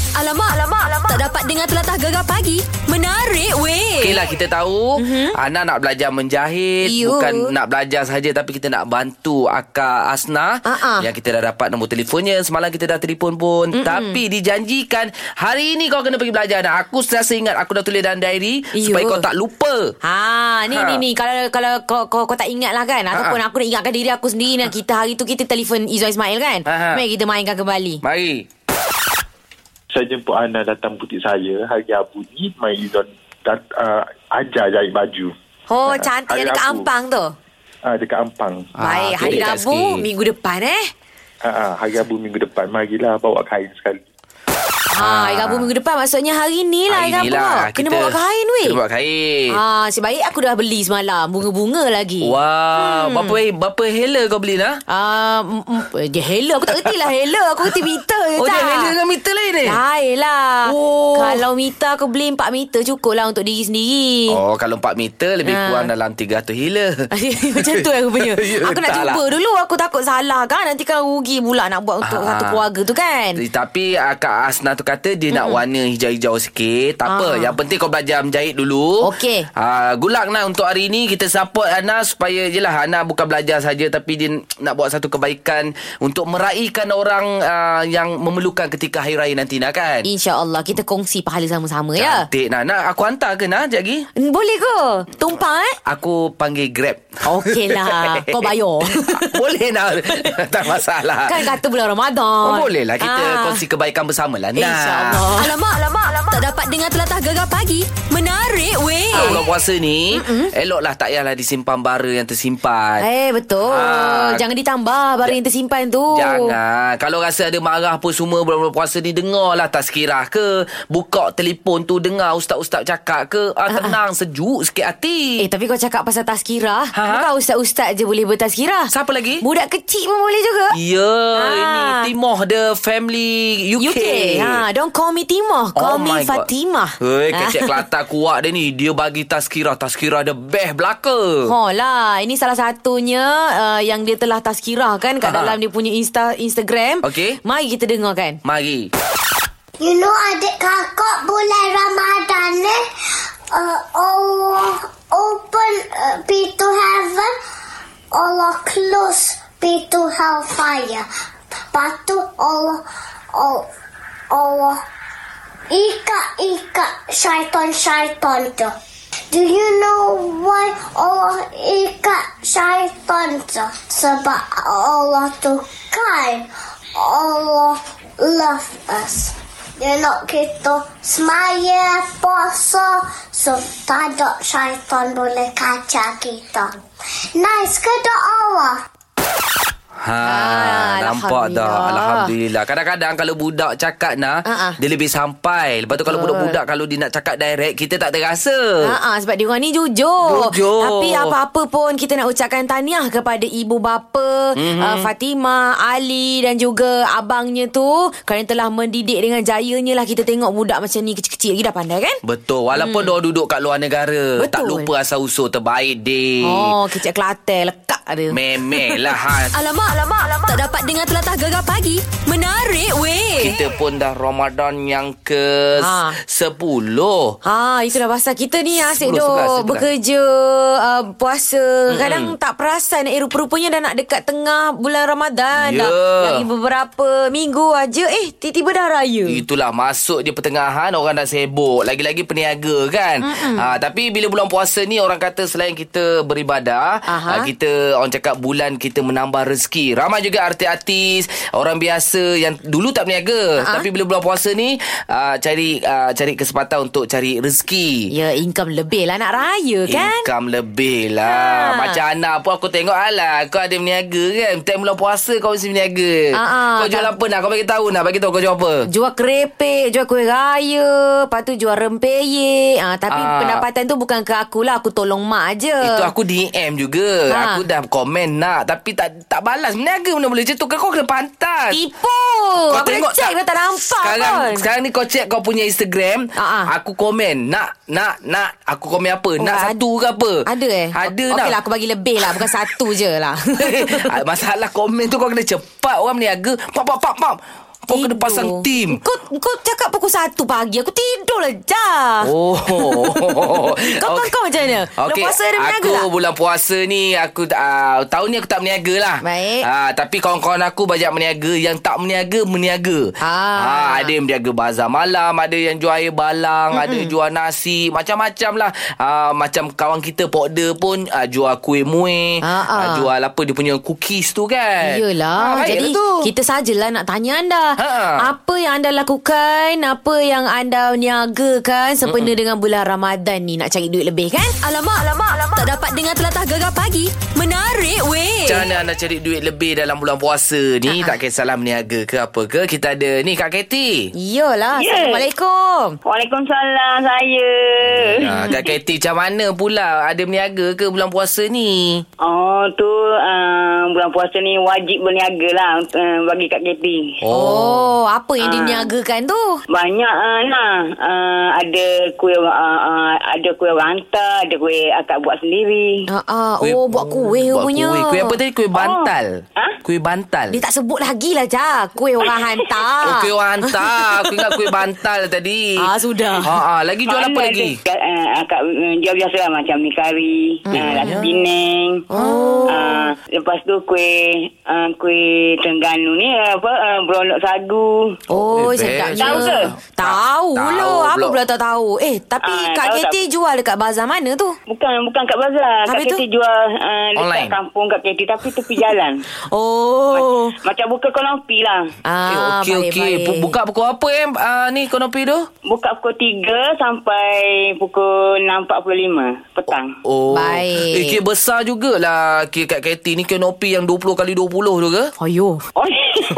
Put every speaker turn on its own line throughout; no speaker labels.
Alamak, alamak, alamak. Tak dapat dengar telatah gegar pagi. Menarik weh.
Okey lah kita tahu
Mhm.
mm-hmm. Ana nak belajar menjahit
You.
Bukan nak belajar saja Tapi kita nak bantu Akak Asna
Ah, ah.
Yang kita dah dapat nombor telefonnya Semalam kita dah telefon pun mm Tapi dijanjikan Hari ini kau kena pergi belajar Dan aku sentiasa ingat Aku dah tulis dalam diary
You.
Supaya kau tak lupa
Ha, ni
Ha.
ni ni kalau kalau kau kau, kau tak ingat lah kan ataupun
Ha.
aku nak ingatkan diri aku sendiri dan kita hari tu kita telefon Izwan Ismail kan.
Ha, ha.
Mari kita mainkan kembali.
Mari
saya jemput Ana datang butik saya hari Abu ni Mai Izon dat, uh, ajar jahit baju
Oh,
Ha,
cantik
hari
yang dekat
Rabu.
Ampang tu.
uh, dekat Ampang
Ah,
Baik,
tu
hari
Ah, dekat
Rabu
sikit.
minggu depan eh.
uh, uh, hari Abu minggu depan marilah bawa kain sekali
Ha, hari Rabu minggu depan maksudnya hari ni lah hari,
Ah. Hari
Rabu.
inilah
Kena
kita-
bawa kain weh.
Kena bawa kain
Ha, sebaik aku dah beli semalam bunga-bunga lagi.
Wow, hmm. berapa berapa hela kau beli lah?
Ah, mm, mm, dia hela aku tak kerti lah hela aku kerti meter je
Oh,
tak.
dia hela dengan meter lain ni?
Lain lah
Eh? Oh.
Kalau meter aku beli 4 meter cukup lah untuk diri sendiri
Oh, kalau 4 meter lebih
Ha.
kurang dalam 300 hila.
Macam tu lah rupanya
Ya,
Aku nak
tak
cuba
lah.
dulu Aku takut salah kan Nanti kan rugi pula Nak buat untuk
Ah.
satu keluarga tu kan
Eh, Tapi ah, Kak Asna tu kata Dia nak warna hijau-hijau sikit Tak apa
Ah.
Yang penting kau belajar menjahit dulu
Okey.
uh, Good luck Nah untuk hari ni Kita support Ana Supaya je lah Ana bukan belajar saja Tapi dia nak buat satu kebaikan Untuk meraihkan orang uh, Yang memerlukan ketika Hari Raya nanti Nah kan
InsyaAllah kita kongsi pahala sama-sama ya
Cantik Nah, nah aku hantar ke Nah Sekejap lagi
Hmm, Boleh ke? Tumpang eh?
Aku panggil Grab Ah,
Okey lah. Kau bayar.
Boleh nak Tak masalah
Kan kata bulan Ramadan
Oh, boleh lah kita
Ah.
kongsi kebaikan bersama lah. Nah.
InsyaAllah alamak, alamak, alamak Tak dapat dengar telatah gegar pagi Menarik weh
Ah, bulan puasa ni mm Eloklah tak payahlah disimpan bara yang tersimpan
Eh betul
Ah.
Jangan ditambah Barang yang tersimpan tu
Jangan Kalau rasa ada marah pun semua Bulan-bulan puasa ni Dengarlah tazkirah ke Buka telefon tu Dengar ustaz-ustaz cakap ke ah, Tenang sejuk sikit hati
Eh tapi kau cakap pasal tazkirah
Ha?
Bukan ustaz-ustaz je boleh bertazkirah
Siapa lagi?
Budak kecil pun boleh juga
Ya
Ah.
Ini Timoh The Family UK,
UK, ha, Don't call me Timah Call
Oh
me Fatimah
Hei,
Ah.
kecek Kelantan kuat dia ni. Dia bagi tazkirah. Tazkirah dia best belaka.
Ha lah, ini salah satunya uh, yang dia telah tazkirahkan kat
Ha.
dalam dia punya Insta Instagram.
Okey.
Mari kita dengarkan.
Mari.
You know adik kakak bulan Ramadan ni uh, Allah open uh, pintu heaven Allah close pintu hellfire Lepas tu Allah Allah, Allah ikat-ikat syaitan-syaitan tu Do you know why Allah ikat syaitan tu? Sebab Allah tu kind. Allah love us. Dia nak kita semaya, puasa. So, tak ada syaitan boleh kacau kita. Nice ke tak Allah?
Ha,
Ah,
nampak dah.
Alhamdulillah.
Alhamdulillah. Kadang-kadang kalau budak cakap nah,
Ah, ah.
dia lebih sampai. Lepas tu kalau
Betul.
budak-budak kalau dia nak cakap direct, kita tak terasa.
Ha sebab dia orang ni jujur.
Jujur.
Tapi apa-apa pun kita nak ucapkan tahniah kepada ibu bapa mm-hmm. uh, Fatimah, Ali dan juga abangnya tu kerana telah mendidik dengan jayanya lah kita tengok budak macam ni kecil-kecil lagi dah pandai kan?
Betul. Walaupun dia duduk kat luar negara,
Betul.
tak lupa asal usul terbaik dia.
Oh, kecil Kelantan lekak ada.
Memel lah. Ha.
Alamak, alamak, alamak. Tak dapat dengar telatah gegar pagi. Menarik weh.
Kita pun dah Ramadan yang ke
Ah.
sepuluh.
Ha, itulah pasal kita ni ah, asyik
10, 11,
duk
11.
bekerja, uh, puasa. Kadang tak perasan eh rupa-rupanya dah nak dekat tengah bulan Ramadan dah.
Ya.
Lagi beberapa minggu aja eh tiba-tiba dah raya.
Itulah masuk dia pertengahan orang dah sibuk lagi-lagi peniaga kan. Ha tapi bila bulan puasa ni orang kata selain kita beribadah,
Aha.
ha, kita orang cakap bulan kita menambah rezeki. Ramai juga artis-artis, orang biasa yang dulu tak berniaga
Aha.
tapi bila bulan puasa ni uh, cari uh, cari kesempatan untuk cari rezeki.
Ya, income lebih lah nak raya kan?
Income lebih lah
Ha.
ha. Macam anak pun aku tengok Alah kau ada berniaga kan Time bulan puasa kau mesti berniaga
Ha, ha.
Kau jual apa nak Kau bagi tahu nak Bagi tahu kau jual apa
kan? Jual kerepek, jual kuih raya, lepas tu jual rempeyek. Ah, tapi
Ah.
pendapatan tu bukan ke aku lah, aku tolong mak aje.
Itu aku DM juga
Ha.
ha. Aku dah komen nak Tapi tak tak balas Meniaga mana boleh macam tu Kan kau kena pantas
Tipu. aku dah check dah tak nampak
sekarang,
pun.
Sekarang ni kau check kau punya Instagram
Ha, ha.
Aku komen Nak Nak Nak Aku komen apa
Oh,
Nak
ad-
satu ke apa
Ada eh?
Ada
Okey
nak Ah,
lah, aku bagi lebih lah. Bukan satu je lah.
Masalah komen tu kau kena cepat Orang meniaga Pop pop pop pop Kenapa tidur. kena pasang tim?
Kau, kau cakap pukul 1 pagi. Aku tidur lah, Jah.
Oh.
Kau
Okey.
kau macam mana? Bulan
Okey,
puasa ada berniaga
eh,
lah.
Aku
tak?
bulan puasa ni aku uh, tahun ni aku tak berniaga lah.
Baik.
Ah, tapi kawan-kawan aku banyak berniaga yang tak berniaga berniaga.
Ah.
ada yang berniaga bazar malam, ada yang jual air balang, mm ada jual nasi, macam-macam lah. Ah, macam kawan kita Pokda pun ah, jual kuih muih,
Ah, ah.
ah, jual apa dia punya cookies tu kan.
Yelah
Ah, baik
Jadi
lah tu.
kita sajalah nak tanya anda
Ha.
Apa yang anda lakukan Apa yang anda niagakan Sempena dengan bulan Ramadan ni Nak cari duit lebih kan alamak, alamak, alamak. Tak dapat dengar telatah gegar pagi Menarik weh
Macam mana anda cari duit lebih dalam bulan puasa
Ah,
ni?
ah.
Tak kisahlah berniaga ke apa ke. Kita ada ni Kak Katie.
Yelah
Ya.
Assalamualaikum
Waalaikumsalam saya.
Ah, Kak Katie macam mana pula Ada berniaga ke bulan puasa ni?
Oh tu uh, bulan puasa ni wajib berniaga lah uh, bagi kat KP.
Oh, apa yang
Ah.
diniagakan tu?
Banyak uh, nah uh, ada kuih uh, uh, ada kuih orang hantar, ada kuih akak buat sendiri.
Ha ah, oh buat kuih
buat
punya.
Kuih. kuih apa tadi? Kuih bantal.
Oh. Ha?
Kuih bantal.
Dia tak sebut lagi lah Jah Kuih orang hantar
Oh, kuih orang hantar. Aku ingat kuih bantal tadi.
Ah, sudah.
Ha, ah. Lagi jual apa lagi?
Uh, akak uh, jual biasa lah macam mi kari, hmm, uh,
ya.
nasi Penang.
Oh.
Uh, lepas tu kuih uh, kuih Terengganu ni apa uh, beronok sagu.
Oh,
Eh, best.
sedapnya.
Tahu ke?
Tahu
Tak tahu
lah. Apa
pula.
pula tak tahu? Eh, tapi
Ah,
Kak
tahu tak?
Keti jual dekat bazar mana tu?
Bukan bukan kat bazar.
Habis
Kat
tu?
KT jual uh, dekat
Online.
kampung kat KT tapi tepi jalan.
Oh.
Macam buka konopi lah.
Eh,
Ah,
okey, okey. Bu- Buka pukul apa eh? Ah, ni konopi tu?
Buka pukul 3 sampai pukul 6.45 petang.
Oh.
Baik.
Eh, kira besar jugalah kira kat Katie ni kanopi yang 20 kali 20 tu ke?
Ayo.
Oh.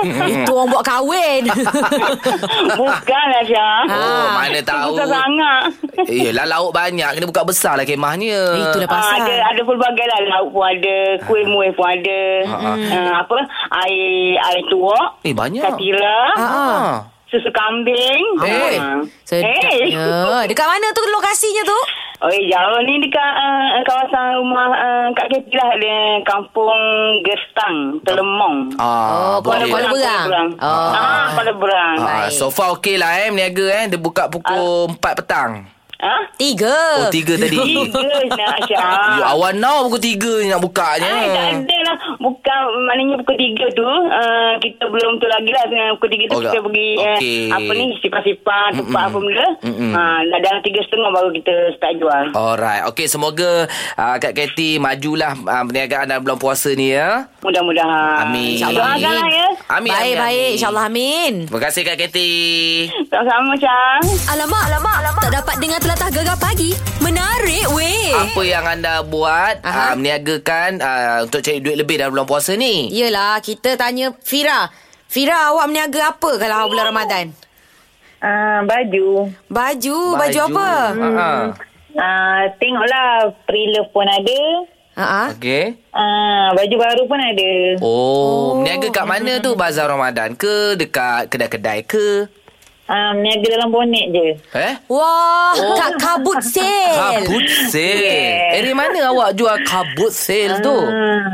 Eh.
Itu orang buat kahwin.
Bukanlah lah, Syah.
Oh, mana tahu.
Bukan sangat.
Eh, Yelah, lauk banyak. Kena buka besar lah kemahnya.
Eh, Itulah
Ah,
pasal.
ada ada pelbagai lah lauk pun ada, kuih muih pun ada.
Ah, ah.
Uh, apa? Air air tuak.
Eh, banyak.
Katira.
Ah.
Susu kambing.
Eh.
Ah.
Ya.
Eh.
Sedapnya. Dekat mana tu lokasinya tu?
Oh, jauh ni dekat uh, kawasan rumah uh, Kak Keti lah. Di kampung Gestang, Telemong.
Ah,
Oh, Kuala
boleh.
Kuala Berang.
Oh.
Oh.
Ah, Kuala Berang.
Ah,
Baik.
so far okey lah eh Meniaga eh Dia buka pukul
Ah.
4 petang
Ha?
Tiga.
Oh 3 tadi
Tiga nak
You
Syah.
awal now pukul 3 nak bukanya
Ah,
Ay, tak ada lah. Bukan, maknanya pukul tiga tu, uh, kita belum tu lagi lah. Dengan Pukul tiga tu
Oh,
kita
tak.
pergi,
Okey.
uh, apa ni, sipar-sipar, tempat apa benda.
Mm-mm. Oh.
Uh, dalam tiga setengah baru kita start jual.
Alright Okay semoga uh, Kak Katie Majulah uh, Perniagaan dalam bulan puasa ni ya
Mudah-mudahan.
Amin.
InsyaAllah.
Doakanlah ya.
Amin,
Baik,
amin,
baik.
amin.
InsyaAllah amin.
Terima kasih Kak Katie
Sama-sama, Syah.
Alamak, alamak, alamak. Tak dapat dengar telatah gegar pagi. Menarik weh.
Apa yang anda buat
Eh. Aha.
uh, Meniagakan uh, Untuk cari duit lebih dalam bulan puasa ni
Yelah, kita tanya Fira. Fira, awak meniaga apa kalau bulan Ramadan?
Ah, baju.
Baju, baju, apa?
uh-huh.
Ah, tengoklah pre-love pun ada.
Ha ah.
Okay
Ah, baju baru pun ada.
Oh, oh, meniaga kat mana tu? Bazar Ramadan ke? Dekat kedai-kedai ke?
Ah, meniaga dalam bonet je.
Eh?
Wah, oh. kat kabut sale.
Kabut sale.
Yes.
Eh, dari mana awak jual kabut sale tu?
Ah,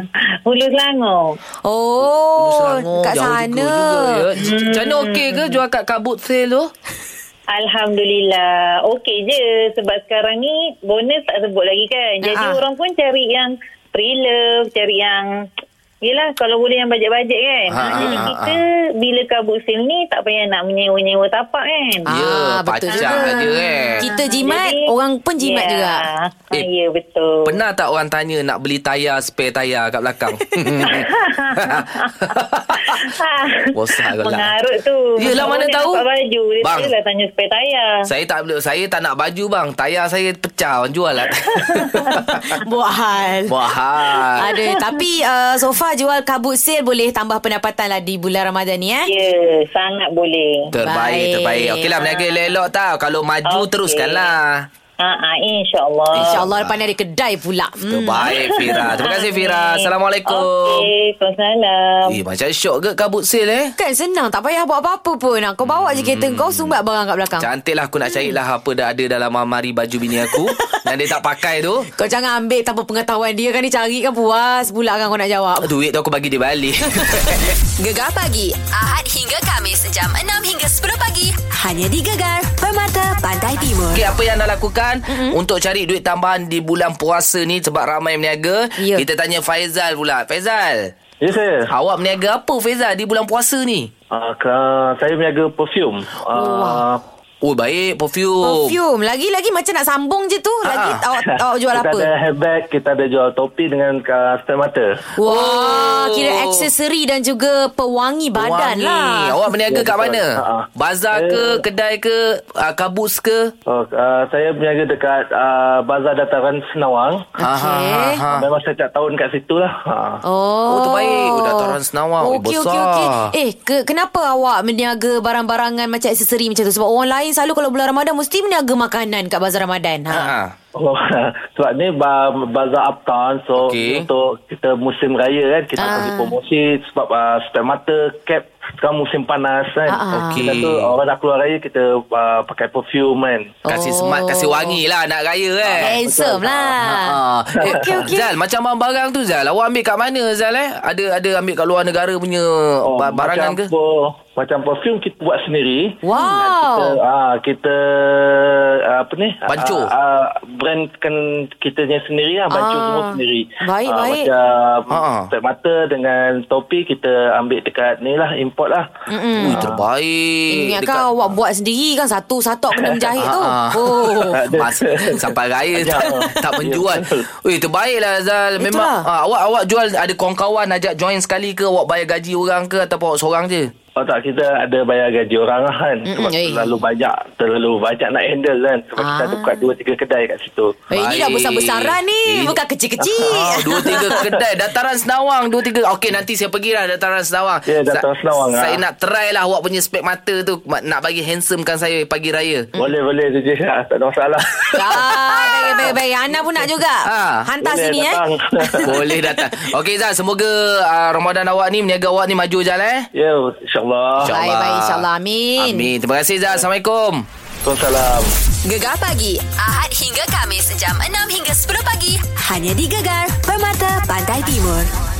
Hulu Selangor.
Hmm. Oh,
Selangor,
kat
jauh
sana. Hmm.
juga- juga ya. C- Macam mana okey ke jual kat kabut sale
Oh.
tu?
Alhamdulillah. Okey je. Sebab sekarang ni bonus tak sebut lagi kan. Jadi
Ah.
orang pun cari yang pre-love, cari yang... Yelah kalau boleh yang bajet-bajet kan.
Ah,
Ah, Jadi
ah,
kita bila kabut sil ni tak payah nak menyewa-nyewa tapak kan.
Ah,
Ya,
betul
pacak
juga.
je eh.
Kita jimat, orang pun jimat
yeah.
juga.
Ah,
Eh,
ya betul.
Pernah tak orang tanya nak beli tayar, spare tayar kat belakang? Bosan kau lah.
Mengarut tu.
Yelah,
Orang
mana
dia
tahu.
nampak baju. Dia
Bang.
Bang. lah tanya spare tayar.
saya tak boleh- saya tak nak baju bang. Tayar saya pecah, orang jual lah.
Buat hal.
Mahal.
Ada, tapi uh, so far jual kabut sale boleh tambah pendapatan lah di bulan Ramadan ni eh.
Ya, sangat boleh.
Terbaik,
Baik.
terbaik. Okeylah, meniaga elok-elok tau. Kalau maju, lah.
Okey.
teruskanlah.
Ha ah, insya-Allah.
InsyaAllah depan ni ada kedai pula hmm.
Terbaik Fira. Terima kasih Fira.
Amin.
Assalamualaikum.
Okey, Waalaikumsalam.
Um,
Eh, macam syok ke kabut sale eh?
Kan senang Tak payah buat apa-apa pun Kau bawa je kereta
Hmm.
kau Sumbat barang kat belakang
Cantik lah aku nak carilah apa dah ada dalam amari baju bini aku yang dia tak pakai tu.
Kau jangan ambil tanpa pengetahuan dia kan Dia cari kan puas Pula kan kau nak jawab
Duit tu aku bagi dia balik.
Gegar pagi Ahad hingga Kamis Jam 6 hingga 10 pagi Hanya di Gegar Permata Pantai Timur
Okey, apa yang anda lakukan mm-hmm. untuk cari duit tambahan di bulan puasa ni sebab ramai meniaga?
Ya.
Kita tanya Faizal pula. Faizal,
Ya saya.
awak meniaga apa Faizal di bulan puasa ni?
Uh, saya berniaga perfume. Uh,
Oh, baik perfume.
Perfume Lagi-lagi macam nak sambung je tu Lagi
Ah.
awak, awak Oh, jual
kita
apa
ada handbag, kita ada jual topi dengan uh, stem mata.
Wah
Oh.
Kira aksesori dan juga Pewangi badan
Wangi.
lah
Awak berniaga kat
Ya, betul.
mana?
Ha, ha.
Bazar
Saya-
ke, kedai ke, uh, kabus ke?
Oh, uh, saya berniaga dekat uh, Bazar Dataran Senawang.
Okey.
ha.
Ah.
Memang setiap tahun kat situ lah. Uh.
Oh,
Oh, tu baik. Oh, dataran senawang. Eh,
Okey,
besar.
okey, okey. Eh, ke, kenapa awak meniaga barang-barangan macam aksesori macam tu? Sebab orang lain selalu kalau bulan Ramadan mesti meniaga makanan kat bazar Ramadan. Ha.
Ha.
Oh, sebab ni ba- bazar uptown so
Okey.
okay. untuk kita musim raya kan kita
Ah.
ah. bagi promosi sebab uh, stem mata cap sekarang musim panas kan
Ah, ah.
Okey.
kita tu orang nak keluar raya kita uh, pakai perfume kan
Kasih
Oh.
smart, kasih wangi lah nak raya kan.
Handsome lah.
Ha. Eh,
Okey, okey.
Zal, macam barang-barang tu Zal, awak ambil kat mana Zal eh? Ada ada ambil kat luar negara punya oh, barangan
macam
ke?
per, macam perfume kita buat sendiri kita
Wow.
ah kita ah, apa ni?
Bancuh.
Ah, ah, brandkan kitanya sendiri lah, bancuh
Ah.
semua sendiri.
Baik,
Ah,
baik.
Macam
Ah.
set mata dengan topi kita ambil dekat ni lah, import lah.
Mm.
Ui, terbaik.
Ingat
Eh, Dekat-
kau awak buat sendiri kan satu satu kena menjahit tu.
Ha, ha.
Oh.
Mas, sampai raya tak, tak penjual. Oi, terbaiklah lah, Zal. Memang
Itulah.
ah, awak awak jual ada kawan-kawan ajak join sekali ke awak bayar gaji orang ke ataupun awak seorang je?
Oh tak, kita ada bayar gaji orang lah kan. Sebab
eh.
terlalu banyak, terlalu banyak nak handle kan. Sebab kita ada
Ah.
buka dua, tiga kedai kat situ.
Eh, ini dah
Baik.
besar-besaran
Eh.
ni. Bukan
Ah,
kecil-kecil.
dua tiga kedai Dataran Senawang Dua tiga Okey nanti saya pergi lah Dataran Senawang
Ya, Dataran
Sa-
Senawang,
Saya
ah.
nak try lah Awak punya spek mata tu Ma- Nak bagi handsome kan saya Pagi raya
Mm.
Boleh, boleh tu je. Ah, Tak ada masalah.
Ah, baik, baik, baik. Ana pun nak juga.
Ah.
Hantar
Boleh,
sini
datang.
eh.
Boleh datang Okey Zal Semoga uh, Ramadan awak ni Meniaga awak ni maju je lah eh
ya, insyaAllah.
Baik, baik. InsyaAllah. Amin.
Amin Terima kasih Zal Assalamualaikum
Assalamualaikum.
Gegar pagi Ahad hingga Kamis Jam 6 hingga 10 pagi Hanya di Gegar Permata Pantai Timur